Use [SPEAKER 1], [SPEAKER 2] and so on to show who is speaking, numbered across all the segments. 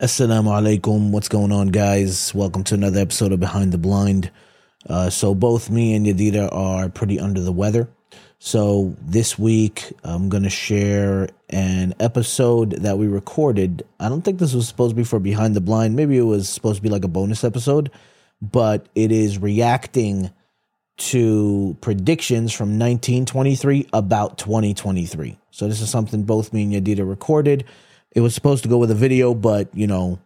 [SPEAKER 1] Assalamu alaikum. What's going on, guys? Welcome to another episode of Behind the Blind. Uh, so, both me and Yadira are pretty under the weather. So, this week I'm going to share an episode that we recorded. I don't think this was supposed to be for Behind the Blind. Maybe it was supposed to be like a bonus episode, but it is reacting to predictions from 1923 about 2023. So this is something both me and Yadira recorded. It was supposed to go with a video, but you know,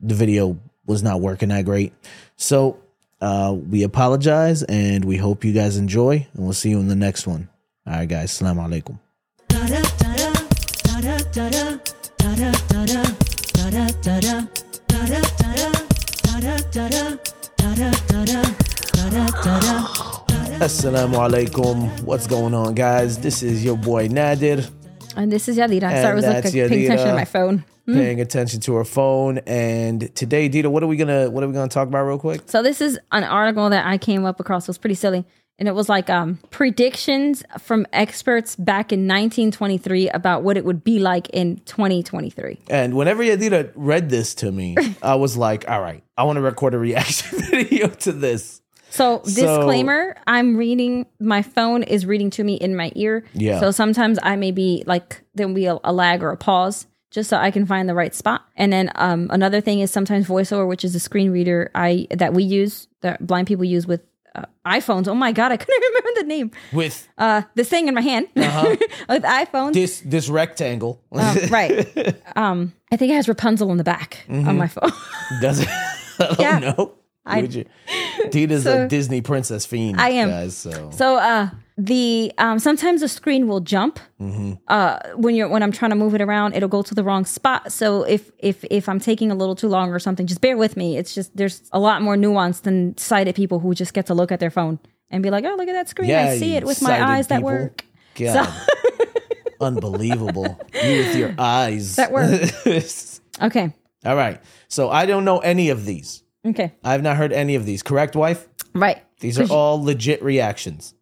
[SPEAKER 1] the video was not working that great. So uh, we apologize and we hope you guys enjoy, and we'll see you in the next one. All right, guys. Salam alaikum. Assalamu alaikum. What's going on, guys? This is your boy Nadir.
[SPEAKER 2] And this is Yadira. Sorry, I was like
[SPEAKER 1] that's
[SPEAKER 2] paying attention
[SPEAKER 1] Yadira.
[SPEAKER 2] to my phone.
[SPEAKER 1] paying attention to her phone. And today, Dita, what are we gonna what are we gonna talk about real quick?
[SPEAKER 2] So this is an article that I came up across. It was pretty silly. And it was like um, predictions from experts back in 1923 about what it would be like in 2023.
[SPEAKER 1] And whenever Yadira read this to me, I was like, all right, I want to record a reaction video to this.
[SPEAKER 2] So disclaimer, I'm reading my phone is reading to me in my ear.
[SPEAKER 1] Yeah.
[SPEAKER 2] So sometimes I may be like there'll be a, a lag or a pause just so I can find the right spot. And then um, another thing is sometimes voiceover, which is a screen reader I that we use that blind people use with uh, iPhones. Oh my god, I couldn't remember the name.
[SPEAKER 1] With
[SPEAKER 2] Uh, this thing in my hand with iPhones.
[SPEAKER 1] this this rectangle.
[SPEAKER 2] Um, right. Um, I think it has Rapunzel on the back on my phone.
[SPEAKER 1] Does it I don't
[SPEAKER 2] Oh. Yeah.
[SPEAKER 1] know. Would you- Dita's a Disney princess fiend.
[SPEAKER 2] I am.
[SPEAKER 1] guys, so
[SPEAKER 2] So uh the um sometimes the screen will jump
[SPEAKER 1] Mm-hmm.
[SPEAKER 2] uh when you're when I'm trying to move it around it'll go to the wrong spot so if if if I'm taking a little too long or something just bear with me it's just there's a lot more nuance than sighted people who just get to look at their phone and be like oh look at that screen
[SPEAKER 1] Yeah,
[SPEAKER 2] I see
[SPEAKER 1] you
[SPEAKER 2] it with my
[SPEAKER 1] sighted
[SPEAKER 2] eyes that
[SPEAKER 1] people.
[SPEAKER 2] work
[SPEAKER 1] God. Unbelievable. You with your eyes.
[SPEAKER 2] that work okay
[SPEAKER 1] all right. So I don't know any of these.
[SPEAKER 2] okay
[SPEAKER 1] I've not heard any of these. Correct, wife?
[SPEAKER 2] right
[SPEAKER 1] These are all legit reactions.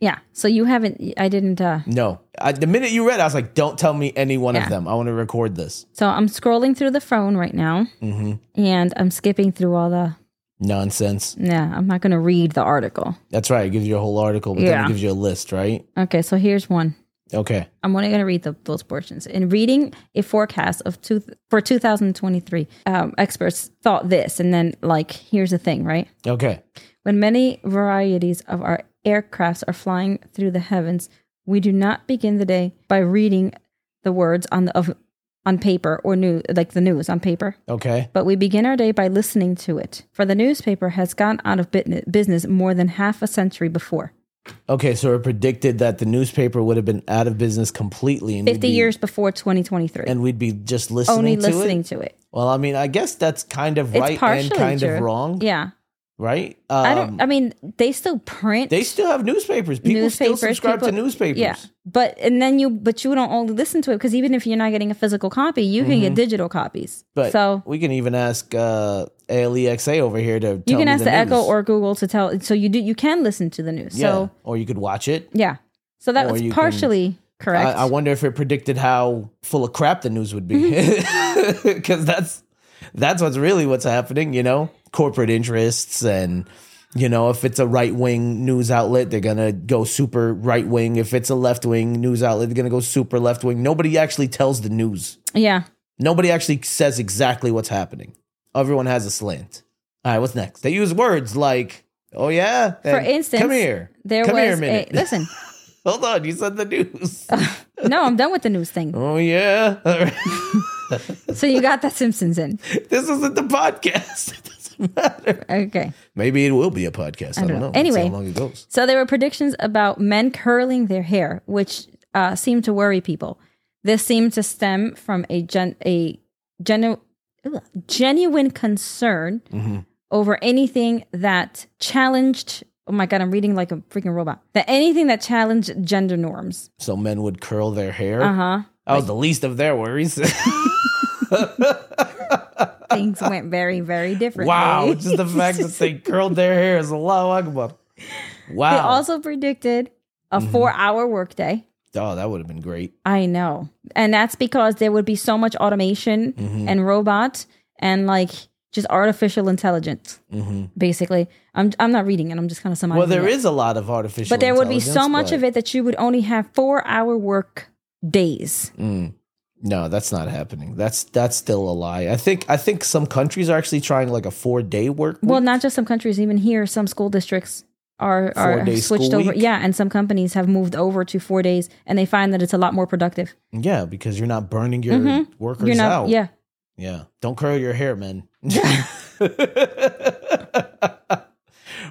[SPEAKER 2] yeah so you haven't I didn't uh
[SPEAKER 1] No, I, the minute you read, I was like, "Don't tell me any one of
[SPEAKER 2] Yeah.
[SPEAKER 1] them. I want to record this."
[SPEAKER 2] so I'm scrolling through the phone right now
[SPEAKER 1] Mm-hmm.
[SPEAKER 2] and I'm skipping through all the
[SPEAKER 1] Nonsense.
[SPEAKER 2] yeah I'm not gonna read the article
[SPEAKER 1] That's right. It gives you a whole article, but then
[SPEAKER 2] Yeah.
[SPEAKER 1] it gives you a list, right?
[SPEAKER 2] okay so here's one.
[SPEAKER 1] Okay.
[SPEAKER 2] I'm only going to read the, those portions. In reading a forecast of two for 2023, um, experts thought this, and then like here's the thing, right?
[SPEAKER 1] Okay.
[SPEAKER 2] When many varieties of our aircrafts are flying through the heavens, we do not begin the day by reading the words on the of on paper or new like the news on paper.
[SPEAKER 1] Okay.
[SPEAKER 2] But we begin our day by listening to it, for the newspaper has gone out of bit- business more than half a century before,
[SPEAKER 1] Okay. So it predicted that the newspaper would have been out of business completely, and we'd
[SPEAKER 2] 50
[SPEAKER 1] be-
[SPEAKER 2] years before 2023.
[SPEAKER 1] and we'd be just listening
[SPEAKER 2] only
[SPEAKER 1] to
[SPEAKER 2] listening
[SPEAKER 1] it.
[SPEAKER 2] to it.
[SPEAKER 1] Well, I mean, I guess that's kind of
[SPEAKER 2] It's
[SPEAKER 1] right and
[SPEAKER 2] partially
[SPEAKER 1] kind of
[SPEAKER 2] true.
[SPEAKER 1] wrong,
[SPEAKER 2] Yeah.
[SPEAKER 1] right? Um,
[SPEAKER 2] I don't. I mean, they still print.
[SPEAKER 1] they still have newspapers. People still
[SPEAKER 2] Newspapers,
[SPEAKER 1] subscribe to
[SPEAKER 2] people-
[SPEAKER 1] newspapers.
[SPEAKER 2] yeah, but and then you, but you don't only listen to it because even if you're not getting a physical copy, you can get digital copies.
[SPEAKER 1] Mm-hmm. But
[SPEAKER 2] so
[SPEAKER 1] we can even ask uh, ALEXA over here to. Tell
[SPEAKER 2] you can
[SPEAKER 1] me
[SPEAKER 2] ask
[SPEAKER 1] the
[SPEAKER 2] the Echo
[SPEAKER 1] news.
[SPEAKER 2] or Google to tell. So you do. You can listen to the news.
[SPEAKER 1] Yeah.
[SPEAKER 2] So
[SPEAKER 1] or you could watch it.
[SPEAKER 2] yeah. So that
[SPEAKER 1] Or
[SPEAKER 2] was
[SPEAKER 1] you can-
[SPEAKER 2] partially correct.
[SPEAKER 1] I, I wonder if it predicted how full of crap the news would be,
[SPEAKER 2] Mm-hmm.
[SPEAKER 1] because that's that's what's really what's happening. You know, corporate interests and. You know, if it's a right wing news outlet, they're gonna go super right wing. If it's a left wing news outlet, they're gonna go super left wing. Nobody actually tells the news.
[SPEAKER 2] yeah.
[SPEAKER 1] Nobody actually says exactly what's happening. Everyone has a slant. All right, what's next? They use words like, "Oh yeah,"
[SPEAKER 2] For
[SPEAKER 1] and,
[SPEAKER 2] instance,
[SPEAKER 1] "Come here."
[SPEAKER 2] There
[SPEAKER 1] Come
[SPEAKER 2] was
[SPEAKER 1] here a minute.
[SPEAKER 2] listen.
[SPEAKER 1] Hold on, you said the news.
[SPEAKER 2] No, I'm done with the news thing.
[SPEAKER 1] oh yeah, All right.
[SPEAKER 2] So you got the Simpsons in.
[SPEAKER 1] this isn't the podcast. It doesn't matter.
[SPEAKER 2] Okay.
[SPEAKER 1] Maybe it will be a podcast. I, don't
[SPEAKER 2] don't
[SPEAKER 1] know.
[SPEAKER 2] know.
[SPEAKER 1] Let's see
[SPEAKER 2] Anyway.
[SPEAKER 1] how long it goes.
[SPEAKER 2] So there were predictions about men curling their hair, which uh, seemed to worry people. This seemed to stem from a gen- a genu- ugh, genuine concern
[SPEAKER 1] Mm-hmm.
[SPEAKER 2] over anything that challenged. Oh my god, I'm reading like a freaking robot. That anything that challenged gender norms.
[SPEAKER 1] So men would curl their hair.
[SPEAKER 2] Uh huh.
[SPEAKER 1] That was the least of their worries.
[SPEAKER 2] Things went very, very differently.
[SPEAKER 1] wow, just the fact that they curled their hair is a lot. Wow. Mm-hmm.
[SPEAKER 2] they also predicted a four-hour workday.
[SPEAKER 1] Oh, that would have been great.
[SPEAKER 2] I know. And that's because there would be so much automation
[SPEAKER 1] Mm-hmm.
[SPEAKER 2] and robot and like just artificial intelligence,
[SPEAKER 1] hmm
[SPEAKER 2] basically. I'm I'm not reading it, I'm just kind of summarizing.
[SPEAKER 1] Well, there
[SPEAKER 2] it.
[SPEAKER 1] is a lot of artificial.
[SPEAKER 2] But there would be so
[SPEAKER 1] intelligence,
[SPEAKER 2] much
[SPEAKER 1] but-
[SPEAKER 2] of it that you would only have four hour work days.
[SPEAKER 1] Mm. No, that's not happening. That's that's still a lie. I think I think some countries are actually trying like a four day work.
[SPEAKER 2] Well,
[SPEAKER 1] week.
[SPEAKER 2] not just some countries, even here, some school districts are, are
[SPEAKER 1] Four-day
[SPEAKER 2] have switched
[SPEAKER 1] school
[SPEAKER 2] over.
[SPEAKER 1] week?
[SPEAKER 2] Yeah, and some companies have moved over to four days and they find that it's a lot more productive.
[SPEAKER 1] yeah, because you're not burning your
[SPEAKER 2] Mhm.
[SPEAKER 1] workers
[SPEAKER 2] You're not
[SPEAKER 1] out.
[SPEAKER 2] yeah.
[SPEAKER 1] Yeah. Don't curl your hair, men. well,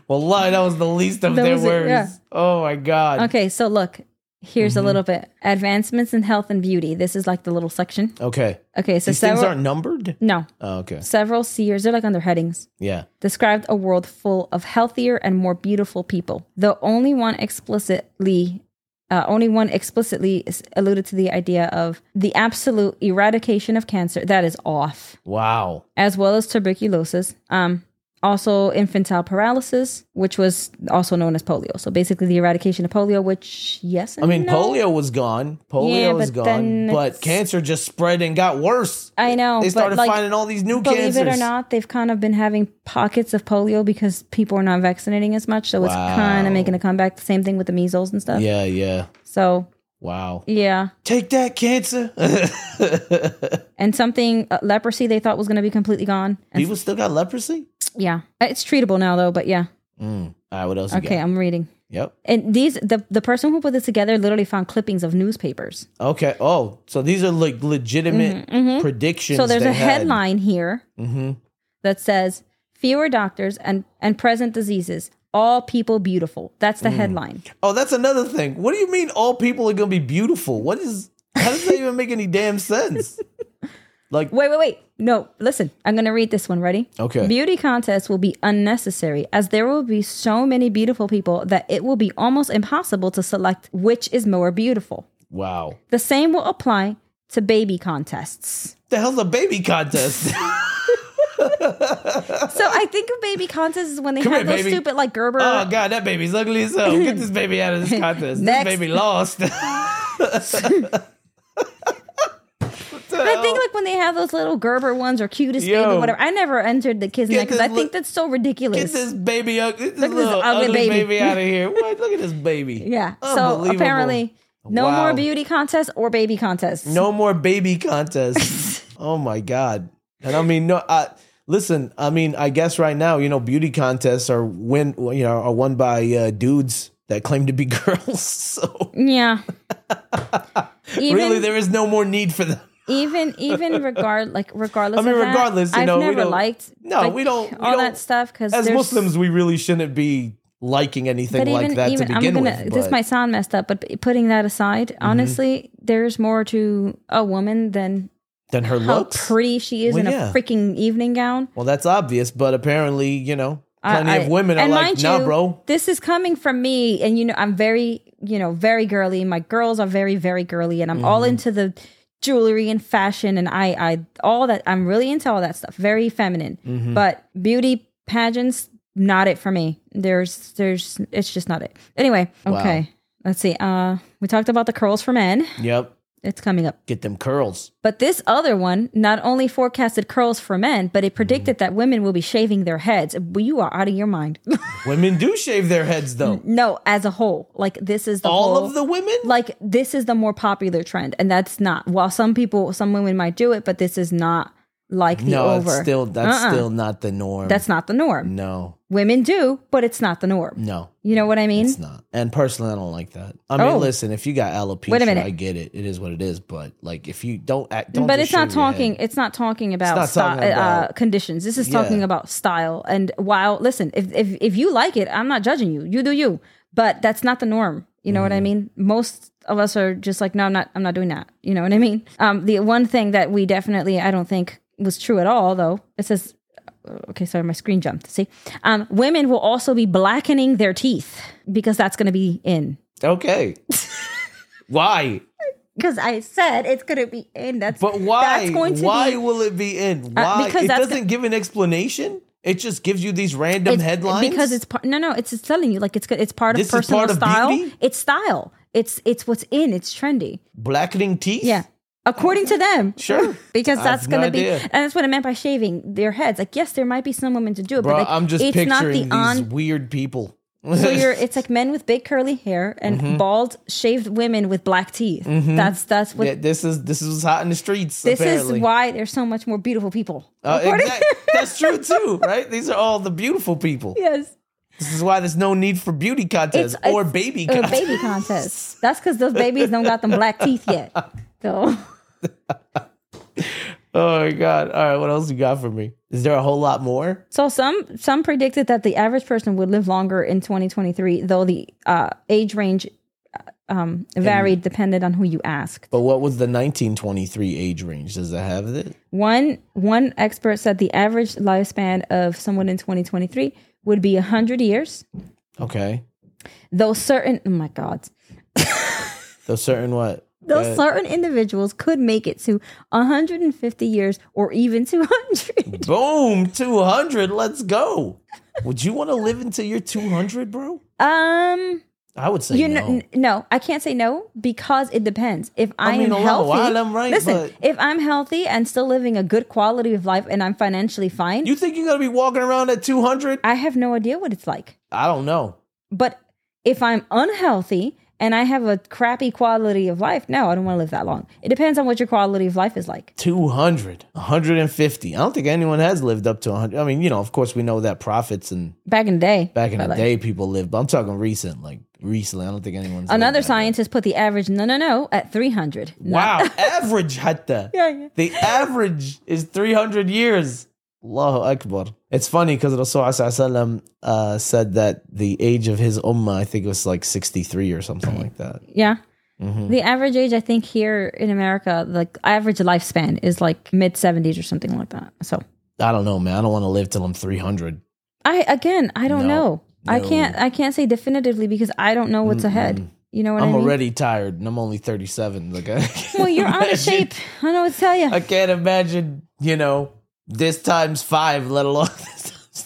[SPEAKER 1] lie, that was the least of
[SPEAKER 2] That
[SPEAKER 1] their
[SPEAKER 2] was it,
[SPEAKER 1] worries.
[SPEAKER 2] yeah.
[SPEAKER 1] Oh my god. Okay.
[SPEAKER 2] Okay, so look, here's
[SPEAKER 1] Mhm.
[SPEAKER 2] a little bit. Advancements in health and beauty. This is like the little section. Okay, so
[SPEAKER 1] These
[SPEAKER 2] several
[SPEAKER 1] things aren't numbered.
[SPEAKER 2] no,
[SPEAKER 1] Oh, okay.
[SPEAKER 2] several seers, they're like under headings.
[SPEAKER 1] Yeah.
[SPEAKER 2] Described a world full of healthier and more beautiful people. Though only one explicitly uh, only one explicitly s- alluded to the idea of the absolute eradication of cancer. That is off.
[SPEAKER 1] Wow.
[SPEAKER 2] as well as tuberculosis. Um, also infantile paralysis, which was also known as polio. So basically, the eradication of polio, which yes,
[SPEAKER 1] I
[SPEAKER 2] and
[SPEAKER 1] mean,
[SPEAKER 2] no.
[SPEAKER 1] polio was gone. Polio
[SPEAKER 2] Yeah,
[SPEAKER 1] is
[SPEAKER 2] but then
[SPEAKER 1] gone, but
[SPEAKER 2] it's-
[SPEAKER 1] cancer just spread and got worse.
[SPEAKER 2] I know
[SPEAKER 1] They started
[SPEAKER 2] but like,
[SPEAKER 1] finding all these new
[SPEAKER 2] believe
[SPEAKER 1] cancers.
[SPEAKER 2] it or not, they've kind of been having pockets of polio because people are not vaccinating as much, so it's
[SPEAKER 1] Wow.
[SPEAKER 2] kind of making a comeback. The same thing with the measles and stuff.
[SPEAKER 1] Yeah, yeah.
[SPEAKER 2] So
[SPEAKER 1] Wow.
[SPEAKER 2] yeah,
[SPEAKER 1] Take that, cancer. Uh,
[SPEAKER 2] and something uh, leprosy they thought was going to be completely gone. And,
[SPEAKER 1] People still got leprosy?
[SPEAKER 2] yeah, it's treatable now though, but yeah.
[SPEAKER 1] Mm. All right, what else
[SPEAKER 2] Okay,
[SPEAKER 1] you got?
[SPEAKER 2] I'm reading.
[SPEAKER 1] Yep.
[SPEAKER 2] And these the the person who put this together literally found clippings of newspapers.
[SPEAKER 1] Okay. Oh, so these are like legitimate predictions.
[SPEAKER 2] Mm-hmm, So there's
[SPEAKER 1] they
[SPEAKER 2] a
[SPEAKER 1] had.
[SPEAKER 2] headline here
[SPEAKER 1] Mhm.
[SPEAKER 2] that says fewer doctors and and present diseases, all people beautiful. That's the headline.
[SPEAKER 1] Oh, that's another thing. What do you mean all people are going to be beautiful? What is, how does that even make any damn sense? Like,
[SPEAKER 2] Wait, wait, wait. No, listen. I'm going to read this one. Ready?
[SPEAKER 1] okay.
[SPEAKER 2] Beauty contests will be unnecessary as there will be so many beautiful people that it will be almost impossible to select which is more beautiful.
[SPEAKER 1] wow.
[SPEAKER 2] The same will apply to baby contests.
[SPEAKER 1] The hell's a baby contest?
[SPEAKER 2] So I think of baby contests is when they
[SPEAKER 1] Come
[SPEAKER 2] have
[SPEAKER 1] here,
[SPEAKER 2] those
[SPEAKER 1] baby.
[SPEAKER 2] stupid like Gerber
[SPEAKER 1] oh, God, that baby's ugly as hell. Get this baby out of this contest. this
[SPEAKER 2] Next.
[SPEAKER 1] baby lost.
[SPEAKER 2] I think like when they have those little Gerber ones or cutest
[SPEAKER 1] Yo.
[SPEAKER 2] baby, whatever. I never entered the kids in
[SPEAKER 1] Get
[SPEAKER 2] that because
[SPEAKER 1] this
[SPEAKER 2] I
[SPEAKER 1] li-
[SPEAKER 2] think that's so
[SPEAKER 1] Get
[SPEAKER 2] ridiculous.
[SPEAKER 1] this baby ugly. This
[SPEAKER 2] Look at this
[SPEAKER 1] little ugly,
[SPEAKER 2] ugly
[SPEAKER 1] baby,
[SPEAKER 2] baby.
[SPEAKER 1] out of here. What? Look at this baby.
[SPEAKER 2] yeah. So
[SPEAKER 1] Unbelievable.
[SPEAKER 2] apparently, no
[SPEAKER 1] Wow.
[SPEAKER 2] more beauty contests or baby contests.
[SPEAKER 1] no more baby contests. oh my god. And I mean, no. I, listen, I mean, I guess right now, you know, beauty contests are win, you know, are won by uh, dudes that claim to be girls. So
[SPEAKER 2] Yeah. even
[SPEAKER 1] really, there is no more need for them.
[SPEAKER 2] even even regard like regardless.
[SPEAKER 1] I mean,
[SPEAKER 2] of that,
[SPEAKER 1] regardless, you
[SPEAKER 2] I've
[SPEAKER 1] know, we
[SPEAKER 2] never
[SPEAKER 1] don't-
[SPEAKER 2] liked.
[SPEAKER 1] No,
[SPEAKER 2] like,
[SPEAKER 1] we don't- we
[SPEAKER 2] all
[SPEAKER 1] don't-
[SPEAKER 2] that stuff because
[SPEAKER 1] As Muslims, we really shouldn't be liking anything
[SPEAKER 2] But
[SPEAKER 1] like
[SPEAKER 2] even,
[SPEAKER 1] that
[SPEAKER 2] even
[SPEAKER 1] to
[SPEAKER 2] I'm
[SPEAKER 1] begin
[SPEAKER 2] gonna.
[SPEAKER 1] with.
[SPEAKER 2] this
[SPEAKER 1] but- Mm-hmm.
[SPEAKER 2] might sound messed up, but putting that aside, honestly, there's more to a woman than
[SPEAKER 1] than her
[SPEAKER 2] how
[SPEAKER 1] looks.
[SPEAKER 2] pretty she is
[SPEAKER 1] Well,
[SPEAKER 2] in
[SPEAKER 1] yeah.
[SPEAKER 2] a freaking evening gown.
[SPEAKER 1] well, that's obvious, but apparently, you know, plenty
[SPEAKER 2] I-
[SPEAKER 1] of women
[SPEAKER 2] I-
[SPEAKER 1] are
[SPEAKER 2] and
[SPEAKER 1] like,
[SPEAKER 2] mind
[SPEAKER 1] "Nah,
[SPEAKER 2] you,
[SPEAKER 1] bro."
[SPEAKER 2] This is coming from me, and you know, I'm very, you know, very girly. My girls are very, very girly, and I'm all
[SPEAKER 1] Mm-hmm.
[SPEAKER 2] into the jewelry and fashion, and I, I, all that. I'm really into all that stuff. Very feminine,
[SPEAKER 1] Mm-hmm.
[SPEAKER 2] but beauty pageants, not it for me. There's, there's, it's just not it. Anyway,
[SPEAKER 1] Wow.
[SPEAKER 2] okay. Let's see. Uh, we talked about the curls for men.
[SPEAKER 1] Yep,
[SPEAKER 2] It's coming up.
[SPEAKER 1] get them curls.
[SPEAKER 2] But this other one not only forecasted curls for men, but it
[SPEAKER 1] Mm-hmm.
[SPEAKER 2] predicted that women will be shaving their heads. You are out of your mind.
[SPEAKER 1] Women do shave their heads, though.
[SPEAKER 2] No, as a whole. Like this is the
[SPEAKER 1] All
[SPEAKER 2] whole,
[SPEAKER 1] of the women.
[SPEAKER 2] like this is the more popular trend, and that's not. While some people, some women might do it, but this is not like the
[SPEAKER 1] no,
[SPEAKER 2] over.
[SPEAKER 1] it's still that's
[SPEAKER 2] Uh-uh.
[SPEAKER 1] still not the norm.
[SPEAKER 2] that's not the norm.
[SPEAKER 1] no,
[SPEAKER 2] Women do, but it's not the norm.
[SPEAKER 1] no,
[SPEAKER 2] You know what I mean?
[SPEAKER 1] it's not. And personally, I don't like that. I mean,
[SPEAKER 2] Oh.
[SPEAKER 1] listen, if you got alopecia,
[SPEAKER 2] Wait a minute.
[SPEAKER 1] I get it. It is what it is. But like, if you don't act, don't
[SPEAKER 2] But
[SPEAKER 1] just
[SPEAKER 2] it's not
[SPEAKER 1] shave your head.
[SPEAKER 2] talking. It's not talking about,
[SPEAKER 1] not
[SPEAKER 2] sty-
[SPEAKER 1] talking about-
[SPEAKER 2] uh, conditions. This is
[SPEAKER 1] Yeah.
[SPEAKER 2] talking about style. And while listen, if, if if you like it, I'm not judging you. You do you. But that's not the norm. You know what
[SPEAKER 1] Mm.
[SPEAKER 2] I mean? Most of us are just like, no, I'm not. I'm not doing that. You know what I mean? Um, the one thing that we definitely, I don't think was true at all, though. It says, uh, okay, sorry, my screen jumped. See, um, women will also be blackening their teeth because that's going to be in.
[SPEAKER 1] Okay. Why?
[SPEAKER 2] Because I said it's going to be in. That's
[SPEAKER 1] But why?
[SPEAKER 2] That's going to
[SPEAKER 1] why
[SPEAKER 2] be Uh,
[SPEAKER 1] will it be in? Why?
[SPEAKER 2] because
[SPEAKER 1] it
[SPEAKER 2] that's
[SPEAKER 1] doesn't give an explanation. It just gives you these random
[SPEAKER 2] It's-
[SPEAKER 1] headlines
[SPEAKER 2] because it's part. No, no, it's, it's telling you like it's good. It's part of
[SPEAKER 1] This is
[SPEAKER 2] personal
[SPEAKER 1] part of
[SPEAKER 2] style.
[SPEAKER 1] beauty?
[SPEAKER 2] It's style. It's it's what's in. It's trendy.
[SPEAKER 1] Blackening teeth?
[SPEAKER 2] Yeah. According to them.
[SPEAKER 1] Sure.
[SPEAKER 2] Because
[SPEAKER 1] I
[SPEAKER 2] that's
[SPEAKER 1] have no
[SPEAKER 2] gonna be
[SPEAKER 1] idea.
[SPEAKER 2] and that's what I meant by shaving their heads. Like, yes, there might be some women to do it,
[SPEAKER 1] Bro,
[SPEAKER 2] but like,
[SPEAKER 1] I'm just
[SPEAKER 2] it's
[SPEAKER 1] picturing
[SPEAKER 2] not the
[SPEAKER 1] these
[SPEAKER 2] on
[SPEAKER 1] weird people.
[SPEAKER 2] so you're it's like men with big curly hair and
[SPEAKER 1] Mm-hmm.
[SPEAKER 2] bald shaved women with black teeth. That's that's what
[SPEAKER 1] Yeah, this is this is what's hot in the streets.
[SPEAKER 2] this
[SPEAKER 1] apparently.
[SPEAKER 2] is why there's so much more beautiful people.
[SPEAKER 1] Uh,
[SPEAKER 2] According-
[SPEAKER 1] exact- that's true too, right? These are all the beautiful people.
[SPEAKER 2] yes.
[SPEAKER 1] This is why there's no need for beauty contests
[SPEAKER 2] It's-
[SPEAKER 1] or
[SPEAKER 2] it's- uh,
[SPEAKER 1] baby
[SPEAKER 2] Or
[SPEAKER 1] contests.
[SPEAKER 2] baby contest. That's because those babies don't got them black teeth yet. So
[SPEAKER 1] Oh my god! All right, what else you got for me? Is there a whole lot more?
[SPEAKER 2] So some some predicted that the average person would live longer in 2023, though the uh, age range uh, um,
[SPEAKER 1] Mm.
[SPEAKER 2] varied depended on who you asked.
[SPEAKER 1] But what was the 1923 age range? Does it have it?
[SPEAKER 2] One one expert said the average lifespan of someone in 2023 would be 100 years,
[SPEAKER 1] Okay.
[SPEAKER 2] though certain oh my god,
[SPEAKER 1] Though certain what?
[SPEAKER 2] though
[SPEAKER 1] Uh,
[SPEAKER 2] certain individuals could make it to 150 years or even 200.
[SPEAKER 1] boom, 200. Let's go. Would you want to live until you're 200, bro?
[SPEAKER 2] Um,
[SPEAKER 1] I would say
[SPEAKER 2] you
[SPEAKER 1] no.
[SPEAKER 2] know, n- no, I can't say no because it depends. If I,
[SPEAKER 1] mean,
[SPEAKER 2] am
[SPEAKER 1] a lot of
[SPEAKER 2] healthy,
[SPEAKER 1] while I'm right,
[SPEAKER 2] listen.
[SPEAKER 1] but-
[SPEAKER 2] If I'm healthy and still living a good quality of life, and I'm financially fine,
[SPEAKER 1] you think you're gonna be walking around at 200?
[SPEAKER 2] I have no idea what it's like.
[SPEAKER 1] I don't know.
[SPEAKER 2] But if I'm unhealthy and I have a crappy quality of life, no, I don't want to live that long. It depends on what your quality of life is like.
[SPEAKER 1] 200, 150. I don't think anyone has lived up to 100. I mean, you know, of course, we know that prophets and
[SPEAKER 2] Back in the day,
[SPEAKER 1] back in
[SPEAKER 2] but
[SPEAKER 1] the
[SPEAKER 2] like-
[SPEAKER 1] day people lived, but I'm talking recent, like recently. I don't think anyone's lived
[SPEAKER 2] Another
[SPEAKER 1] that.
[SPEAKER 2] scientist put the average no, no, no at 300.
[SPEAKER 1] Wow, average hatta.
[SPEAKER 2] Yeah, yeah.
[SPEAKER 1] The average is 300 years. Allahu Akbar. It's funny because Rasulullah SAW, uh, said that the age of his ummah, I think it was like 63 or something like that.
[SPEAKER 2] Yeah.
[SPEAKER 1] Mm-hmm.
[SPEAKER 2] The average age, I think, here in America, like average lifespan is like mid 70s or something like that. So
[SPEAKER 1] I don't know, man. I don't want to live till I'm 300.
[SPEAKER 2] I, again, I
[SPEAKER 1] No.
[SPEAKER 2] don't know. I
[SPEAKER 1] No.
[SPEAKER 2] can't, I can't say definitively because I don't know what's ahead. You know what i
[SPEAKER 1] I'm
[SPEAKER 2] mean?
[SPEAKER 1] already tired and I'm only 37. Like, I can't
[SPEAKER 2] Well, you're out
[SPEAKER 1] imagine-
[SPEAKER 2] of shape. I know what to tell you.
[SPEAKER 1] I can't imagine, you know, this times five, let alone this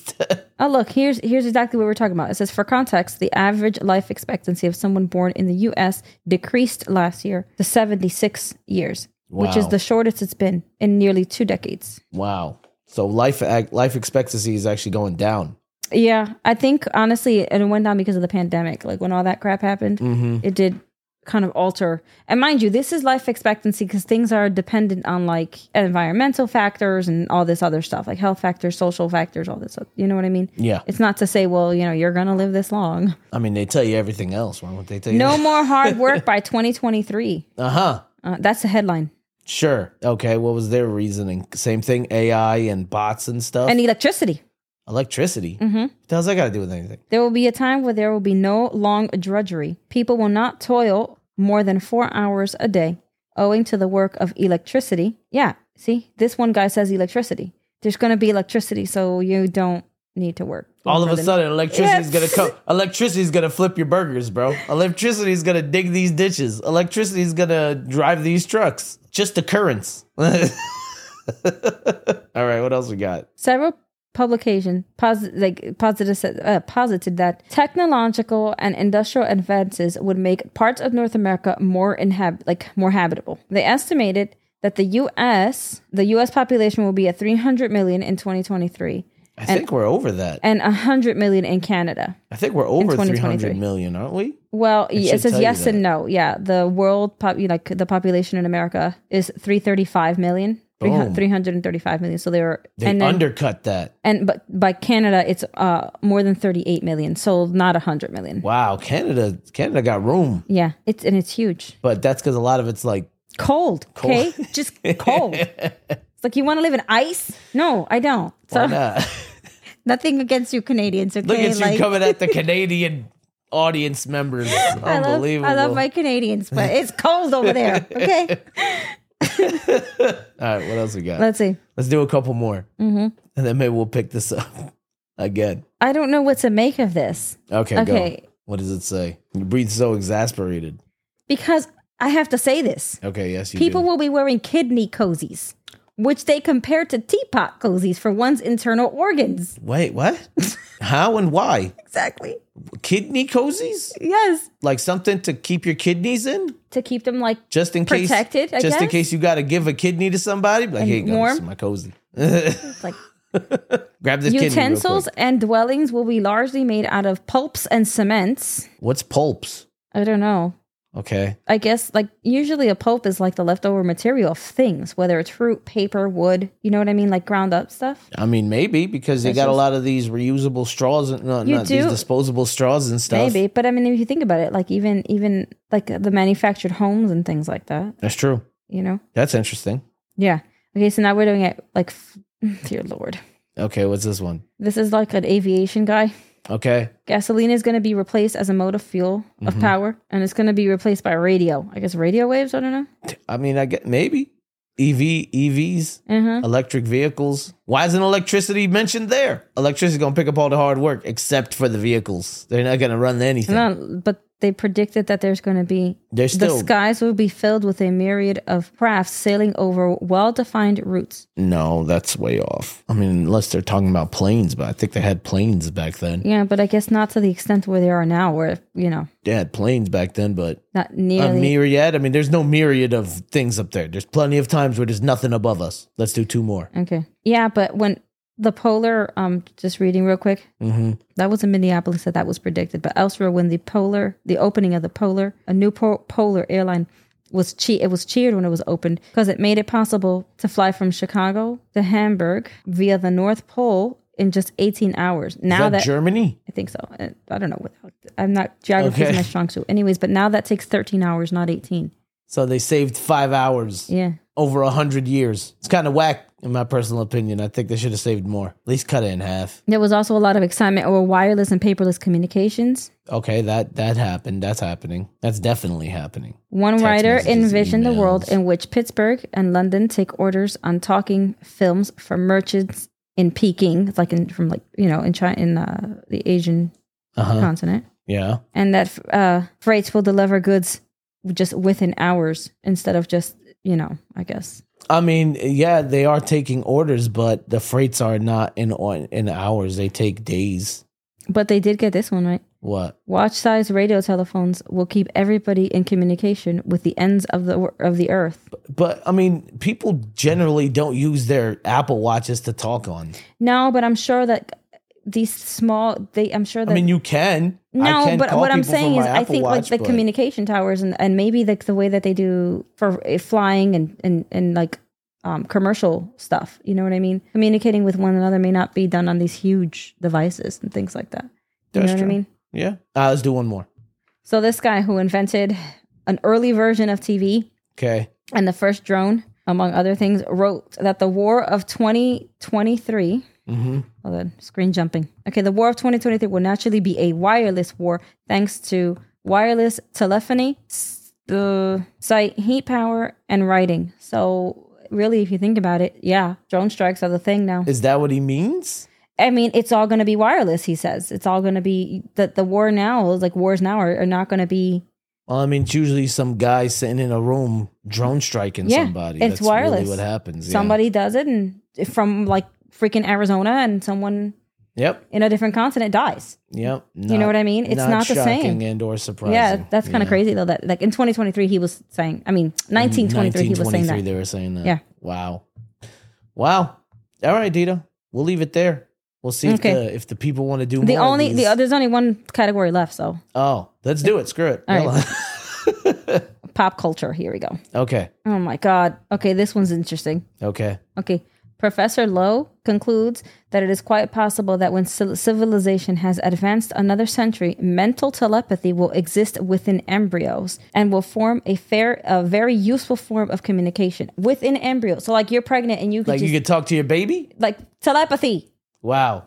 [SPEAKER 1] times 10.
[SPEAKER 2] Oh, look, here's here's exactly what we're talking about. It says, for context, the average life expectancy of someone born in the U.S. decreased last year to 76 years, which is
[SPEAKER 1] Wow.
[SPEAKER 2] the shortest it's been in nearly two decades.
[SPEAKER 1] Wow. So life ac- life expectancy is actually going down.
[SPEAKER 2] Yeah, I think honestly, and it went down because of the pandemic. Like when all that crap happened, it did kind of alter. And mind you, this is life expectancy because things are dependent on like environmental factors and all this other stuff, like health factors, social factors, all this. You know what I mean?
[SPEAKER 1] Yeah.
[SPEAKER 2] It's not to say, well, you know, you're gonna live this long.
[SPEAKER 1] I mean, they tell you everything else. Why wouldn't they tell you?
[SPEAKER 2] No more hard work by 2023.
[SPEAKER 1] Uh huh.
[SPEAKER 2] Uh, that's the headline.
[SPEAKER 1] Sure. Okay. What was their reasoning? Same thing. AI and bots and stuff.
[SPEAKER 2] And electricity.
[SPEAKER 1] Electricity. Mm-hmm. What the hell's that got to do with anything?
[SPEAKER 2] There will be a time where there will be no long drudgery. People will not toil more than four hours a day owing to the work of electricity. Yeah, see, this one guy says electricity. There's going to be electricity, so you don't need to work.
[SPEAKER 1] All of
[SPEAKER 2] more
[SPEAKER 1] a
[SPEAKER 2] than-
[SPEAKER 1] sudden, electricity's
[SPEAKER 2] Yeah.
[SPEAKER 1] gonna come. Electricity's gonna flip your burgers, bro. Electricity's gonna dig these ditches. Electricity's gonna drive these trucks. Just the currents. All right, what else we got?
[SPEAKER 2] Several publication posit- like posited, uh, posited that technological and industrial advances would make parts of North America more inhab- like more habitable. They estimated that the U.S. the U.S. population will be at 300 million in 2023
[SPEAKER 1] I think we're over that.
[SPEAKER 2] and 100 million in Canada.
[SPEAKER 1] I think we're over 300
[SPEAKER 2] 2023.
[SPEAKER 1] million, aren't we?
[SPEAKER 2] Well, y-
[SPEAKER 1] should
[SPEAKER 2] it
[SPEAKER 1] tell
[SPEAKER 2] says
[SPEAKER 1] you
[SPEAKER 2] yes
[SPEAKER 1] that.
[SPEAKER 2] and no. Yeah, the world pop you know, like the population in America is 335 million. three
[SPEAKER 1] Boom.
[SPEAKER 2] hun- 335 million. So they were
[SPEAKER 1] They
[SPEAKER 2] and then-
[SPEAKER 1] undercut that.
[SPEAKER 2] and but by Canada, it's uh more than 38 million, so not 100 million.
[SPEAKER 1] Wow, Canada, Canada got room,
[SPEAKER 2] Yeah, it's and it's huge.
[SPEAKER 1] but that's because a lot of it's like
[SPEAKER 2] Cold, okay, just cold. It's like you want to live in ice? No, I don't. So
[SPEAKER 1] why not?
[SPEAKER 2] nothing against you Canadians, okay?
[SPEAKER 1] Look at you
[SPEAKER 2] like,
[SPEAKER 1] coming at the Canadian audience members.
[SPEAKER 2] I love,
[SPEAKER 1] Unbelievable.
[SPEAKER 2] I love my Canadians, but it's cold over there, okay?
[SPEAKER 1] All right, what else we got?
[SPEAKER 2] Let's see.
[SPEAKER 1] Let's do a couple more. Mm-hmm. And then maybe we'll pick this up again.
[SPEAKER 2] I don't know what to make of this
[SPEAKER 1] Okay,
[SPEAKER 2] Okay.
[SPEAKER 1] go. What does it say? You breathe so exasperated.
[SPEAKER 2] because I have to say this.
[SPEAKER 1] Okay, yes, you
[SPEAKER 2] People
[SPEAKER 1] do.
[SPEAKER 2] will be wearing kidney cozies. which they compared to teapot cozies for one's internal organs.
[SPEAKER 1] Wait, what? How and why?
[SPEAKER 2] Exactly.
[SPEAKER 1] Kidney cozies?
[SPEAKER 2] Yes.
[SPEAKER 1] Like something to keep your kidneys in?
[SPEAKER 2] To keep them like
[SPEAKER 1] Just in case
[SPEAKER 2] Protected, I
[SPEAKER 1] just in
[SPEAKER 2] guess.
[SPEAKER 1] case you gotta give a kidney to somebody. Like,
[SPEAKER 2] And
[SPEAKER 1] hey, go, this is
[SPEAKER 2] warm.
[SPEAKER 1] my cozy.
[SPEAKER 2] like
[SPEAKER 1] Grab this kidney. real
[SPEAKER 2] utensils
[SPEAKER 1] quick.
[SPEAKER 2] and dwellings will be largely made out of pulps and cements.
[SPEAKER 1] What's pulps?
[SPEAKER 2] I don't know.
[SPEAKER 1] Okay.
[SPEAKER 2] I guess like usually a pulp is like the leftover material of things, whether it's fruit, paper, wood, you know what I mean? Like ground up stuff.
[SPEAKER 1] I mean, maybe because they
[SPEAKER 2] That's
[SPEAKER 1] got a
[SPEAKER 2] just-
[SPEAKER 1] lot of these reusable straws and no,
[SPEAKER 2] You
[SPEAKER 1] not these
[SPEAKER 2] do-
[SPEAKER 1] disposable straws and stuff.
[SPEAKER 2] Maybe. But I mean if you think about it, like even even like the manufactured homes and things like that,
[SPEAKER 1] That's true.
[SPEAKER 2] you know?
[SPEAKER 1] That's interesting.
[SPEAKER 2] Yeah. Okay, so now we're doing it like f- dear lord.
[SPEAKER 1] Okay, what's this one?
[SPEAKER 2] This is like an aviation guy.
[SPEAKER 1] Okay.
[SPEAKER 2] Gasoline is going to be replaced as a mode of fuel of
[SPEAKER 1] Mm-hmm.
[SPEAKER 2] power, and it's going to be replaced by radio. I guess radio waves. I don't know.
[SPEAKER 1] I mean, I get maybe E EV EVs,
[SPEAKER 2] Uh-huh.
[SPEAKER 1] electric vehicles. Why isn't electricity mentioned there? Electricity's gonna pick up all the hard work except for the vehicles. They're not gonna run anything.
[SPEAKER 2] No, but they predicted that there's going to be
[SPEAKER 1] They're
[SPEAKER 2] the
[SPEAKER 1] still
[SPEAKER 2] skies will be filled with a myriad of crafts sailing over well-defined routes.
[SPEAKER 1] no. That's way off. I mean, unless they're talking about planes, but I think they had planes back then.
[SPEAKER 2] Yeah, but I guess not to the extent where they are now, where you know,
[SPEAKER 1] They had planes back then, but
[SPEAKER 2] not
[SPEAKER 1] a
[SPEAKER 2] nearly.
[SPEAKER 1] myriad. I mean, there's no myriad of things up there. There's plenty of times where there's nothing above us. Let's do two more.
[SPEAKER 2] okay, yeah, but when the polar, um, just reading real quick,
[SPEAKER 1] Mm-hmm.
[SPEAKER 2] That was in Minneapolis that that was predicted, but elsewhere when the polar, the opening of the polar, a new po- polar airline was che- it was cheered when it was opened because it made it possible to fly from Chicago to Hamburg via the North Pole in just 18 hours. Now
[SPEAKER 1] that,
[SPEAKER 2] that,
[SPEAKER 1] Germany?
[SPEAKER 2] I think so. Uh, I don't know what I'm not geography
[SPEAKER 1] Okay.
[SPEAKER 2] is my strong suit. Anyways, but now that takes 13 hours, not 18.
[SPEAKER 1] So they saved five hours
[SPEAKER 2] Yeah.
[SPEAKER 1] over a hundred years. It's kind of whack, in my personal opinion. I think they should have saved more. At least cut it in half.
[SPEAKER 2] There was also a lot of excitement over wireless and paperless communications.
[SPEAKER 1] Okay, that that happened. That's happening. That's definitely happening.
[SPEAKER 2] One
[SPEAKER 1] Text
[SPEAKER 2] writer
[SPEAKER 1] messages,
[SPEAKER 2] envisioned a world
[SPEAKER 1] emails.
[SPEAKER 2] in which Pittsburgh and London take orders on talking films from merchants in Peking, it's like in from like you know in China in uh, the Asian
[SPEAKER 1] Uh huh.
[SPEAKER 2] continent,
[SPEAKER 1] Yeah.
[SPEAKER 2] and that uh, freights will deliver goods just within hours instead of just you know I guess
[SPEAKER 1] I mean, yeah, they are taking orders, but the freights are not in on in hours. They take days.
[SPEAKER 2] but they did get this one right.
[SPEAKER 1] What?
[SPEAKER 2] Watch size radio telephones will keep everybody in communication with the ends of the wor- of the earth.
[SPEAKER 1] But I mean, people generally don't use their Apple watches to talk on.
[SPEAKER 2] No, but I'm sure that these small they I'm sure that
[SPEAKER 1] I mean, you can. I
[SPEAKER 2] No,
[SPEAKER 1] can
[SPEAKER 2] but
[SPEAKER 1] call
[SPEAKER 2] what I'm
[SPEAKER 1] people from
[SPEAKER 2] saying is,
[SPEAKER 1] my
[SPEAKER 2] I
[SPEAKER 1] Apple
[SPEAKER 2] think
[SPEAKER 1] Watch,
[SPEAKER 2] like the
[SPEAKER 1] but-
[SPEAKER 2] communication towers and, and maybe like the way that they do for uh, flying and and and like um, commercial stuff. You know what I mean? Communicating with one another may not be done on these huge devices and things like that. You
[SPEAKER 1] That's
[SPEAKER 2] know what I
[SPEAKER 1] true.
[SPEAKER 2] mean?
[SPEAKER 1] Yeah. Uh, let's do one more.
[SPEAKER 2] So this guy who invented an early version of TV
[SPEAKER 1] Okay.
[SPEAKER 2] and the first drone, among other things, wrote that the war of 2023
[SPEAKER 1] Mm-hmm.
[SPEAKER 2] Hold on, screen jumping. Okay, the war of 2023 will naturally be a wireless war thanks to wireless telephony, s- the site heat power, and writing. So, really, if you think about it, yeah, drone strikes are the thing now.
[SPEAKER 1] Is that what he means?
[SPEAKER 2] I mean, it's all going to be wireless, he says. It's all going to be that the war now, like wars now, are, are not going to be.
[SPEAKER 1] Well, I mean, it's usually some guy sitting in a room drone striking
[SPEAKER 2] Yeah,
[SPEAKER 1] somebody.
[SPEAKER 2] it's
[SPEAKER 1] That's really
[SPEAKER 2] wireless.
[SPEAKER 1] what happens. yeah.
[SPEAKER 2] Somebody does it and from like freaking Arizona and someone
[SPEAKER 1] Yep.
[SPEAKER 2] in a different continent dies.
[SPEAKER 1] Yep.
[SPEAKER 2] You know what I mean? It's not the same.
[SPEAKER 1] shocking And or surprising.
[SPEAKER 2] Yeah, Mm-hmm. that's kind of crazy though. That like in 2023 he was saying, I mean 1923 he was saying
[SPEAKER 1] 1923,
[SPEAKER 2] that.
[SPEAKER 1] They were saying that.
[SPEAKER 2] Yeah.
[SPEAKER 1] Wow. Wow. All right, Dita. We'll leave it there. We'll see
[SPEAKER 2] Okay.
[SPEAKER 1] if, the, if the people want to do
[SPEAKER 2] The
[SPEAKER 1] more. of
[SPEAKER 2] only the uh,
[SPEAKER 1] these.
[SPEAKER 2] there's only one category left, so
[SPEAKER 1] Oh, let's do it. Screw it.
[SPEAKER 2] All
[SPEAKER 1] Hold on.
[SPEAKER 2] pop culture. Here we go.
[SPEAKER 1] okay.
[SPEAKER 2] Oh my god. Okay, this one's interesting.
[SPEAKER 1] Okay.
[SPEAKER 2] Okay. Professor Lowe concludes that it is quite possible that when civil- civilization has advanced another century, mental telepathy will exist within embryos and will form a fair, a very useful form of communication within embryos. So, like you're pregnant and you could
[SPEAKER 1] Like
[SPEAKER 2] just
[SPEAKER 1] you could talk to your baby?
[SPEAKER 2] like telepathy.
[SPEAKER 1] Wow.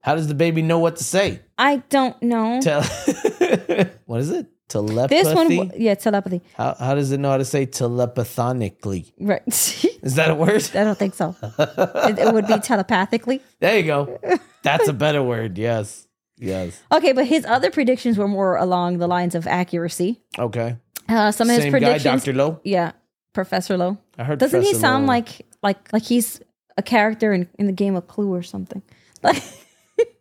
[SPEAKER 1] How does the baby know what to say?
[SPEAKER 2] I don't know.
[SPEAKER 1] Tell what is it? Telepathy.
[SPEAKER 2] This one, w- yeah, telepathy.
[SPEAKER 1] how, how does it know how to say telepathonically?
[SPEAKER 2] Right.
[SPEAKER 1] Is that a word?
[SPEAKER 2] I don't think so. it, it would be telepathically.
[SPEAKER 1] There you go. That's a better word. Yes. Yes.
[SPEAKER 2] Okay, but his other predictions were more along the lines of accuracy.
[SPEAKER 1] Okay.
[SPEAKER 2] Uh, some of his
[SPEAKER 1] Same guy,
[SPEAKER 2] predictions.
[SPEAKER 1] Dr. Lowe.
[SPEAKER 2] Yeah, Professor Lowe.
[SPEAKER 1] I heard
[SPEAKER 2] Doesn't he
[SPEAKER 1] Professor
[SPEAKER 2] sound
[SPEAKER 1] Lowe.
[SPEAKER 2] like like like he's a character in, in the game of Clue or something. Like,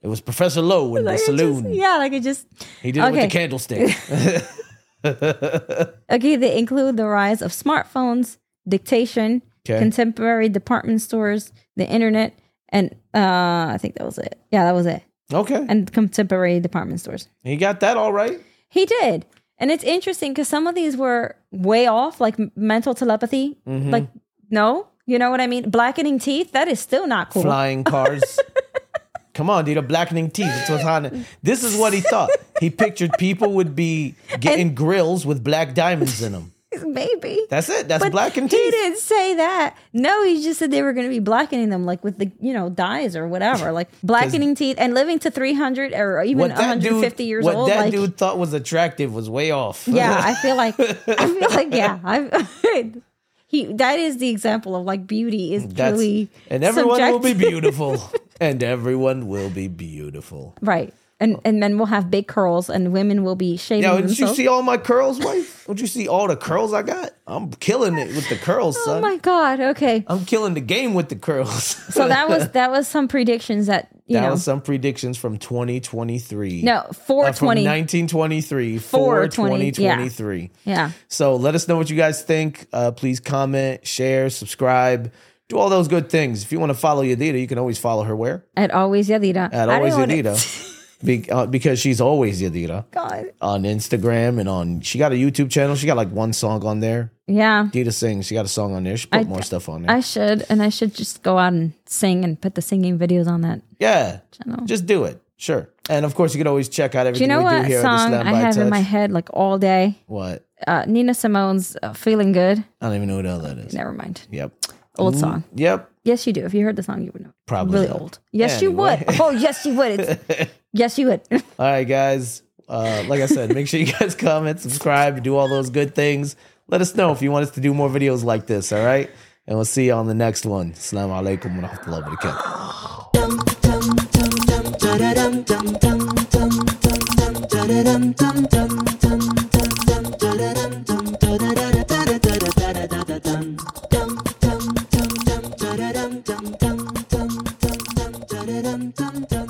[SPEAKER 1] It was Professor Lowe in
[SPEAKER 2] like
[SPEAKER 1] the
[SPEAKER 2] it just-
[SPEAKER 1] saloon.
[SPEAKER 2] yeah, like it just
[SPEAKER 1] He did it with the
[SPEAKER 2] Okay.
[SPEAKER 1] candlestick.
[SPEAKER 2] okay. They include the rise of smartphones, dictation,
[SPEAKER 1] Okay.
[SPEAKER 2] contemporary department stores, the internet, and uh, I think that was it. Yeah, that was it.
[SPEAKER 1] okay.
[SPEAKER 2] And contemporary department stores.
[SPEAKER 1] he got that all right.
[SPEAKER 2] He did. And it's interesting because some of these were way off, like m- mental telepathy.
[SPEAKER 1] Mm-hmm.
[SPEAKER 2] Like, no, you know what I mean? Blackening teeth, that is still not cool.
[SPEAKER 1] Flying cars. Come on, dude. A blackening teeth. It's what's on. This is what he thought. He pictured people would be getting grills with black diamonds in them.
[SPEAKER 2] Maybe.
[SPEAKER 1] That's it. That's blackened
[SPEAKER 2] He
[SPEAKER 1] teeth.
[SPEAKER 2] didn't say that. No, he just said they were going to be blackening them, like with the, you know, dyes or whatever, like blackening teeth and living to 300 or even
[SPEAKER 1] What that
[SPEAKER 2] 150
[SPEAKER 1] dude,
[SPEAKER 2] years
[SPEAKER 1] what
[SPEAKER 2] old.
[SPEAKER 1] that
[SPEAKER 2] like,
[SPEAKER 1] dude thought was attractive was way off.
[SPEAKER 2] yeah, I feel like, I feel like, yeah, I've. He, that is the example of like beauty is
[SPEAKER 1] That's,
[SPEAKER 2] purely
[SPEAKER 1] and everyone will be
[SPEAKER 2] subjective.
[SPEAKER 1] beautiful. and everyone will be beautiful.
[SPEAKER 2] right and and men will have big curls and women will be shaving
[SPEAKER 1] Now, did you
[SPEAKER 2] themselves
[SPEAKER 1] see all my curls, wife? Don't you see all the curls I got? I'm killing it with the curls,
[SPEAKER 2] oh
[SPEAKER 1] son.
[SPEAKER 2] my god okay
[SPEAKER 1] I'm killing the game with the curls.
[SPEAKER 2] so that was that was some predictions that you
[SPEAKER 1] that
[SPEAKER 2] know
[SPEAKER 1] was some predictions from 2023.
[SPEAKER 2] no
[SPEAKER 1] Uh, from
[SPEAKER 2] 420
[SPEAKER 1] 1923 for
[SPEAKER 2] 420, yeah.
[SPEAKER 1] 2023.
[SPEAKER 2] yeah
[SPEAKER 1] So let us know what you guys think. Uh, please comment, share, subscribe, do all those good things. If you want to follow Yadira, you can always follow her where?
[SPEAKER 2] at always yadida
[SPEAKER 1] At Always
[SPEAKER 2] yadida
[SPEAKER 1] Yadira. Be- uh, because she's always Yadira
[SPEAKER 2] god
[SPEAKER 1] on Instagram and on. She got a YouTube channel. She got like one song on there.
[SPEAKER 2] yeah
[SPEAKER 1] Yadira sings. She got a song on there. She put more stuff on there.
[SPEAKER 2] i should and i should just go out and sing and put the singing videos on that
[SPEAKER 1] yeah.
[SPEAKER 2] channel
[SPEAKER 1] Just do it. Sure. And of course, you can always check out
[SPEAKER 2] do
[SPEAKER 1] everything
[SPEAKER 2] you know
[SPEAKER 1] we
[SPEAKER 2] what
[SPEAKER 1] do here at
[SPEAKER 2] song
[SPEAKER 1] Islam
[SPEAKER 2] i
[SPEAKER 1] by
[SPEAKER 2] have
[SPEAKER 1] Touch.
[SPEAKER 2] in my head like all day
[SPEAKER 1] What?
[SPEAKER 2] uh nina simone's uh, feeling good
[SPEAKER 1] I don't even know what the hell that is.
[SPEAKER 2] never mind
[SPEAKER 1] Yep.
[SPEAKER 2] old song
[SPEAKER 1] Yep.
[SPEAKER 2] yes you do if you heard the song you would know
[SPEAKER 1] Probably
[SPEAKER 2] really
[SPEAKER 1] not.
[SPEAKER 2] old yes you would
[SPEAKER 1] Anyway.
[SPEAKER 2] oh yes you would It's- yes you would
[SPEAKER 1] All right, guys. Uh, like I said, make sure you guys comment, subscribe, do all those good things. Let us know if you want us to do more videos like this. All right. And we'll see you on the next one. Assalamu alaikum wa rahmatullahi wa barakatuh.
[SPEAKER 3] dum dum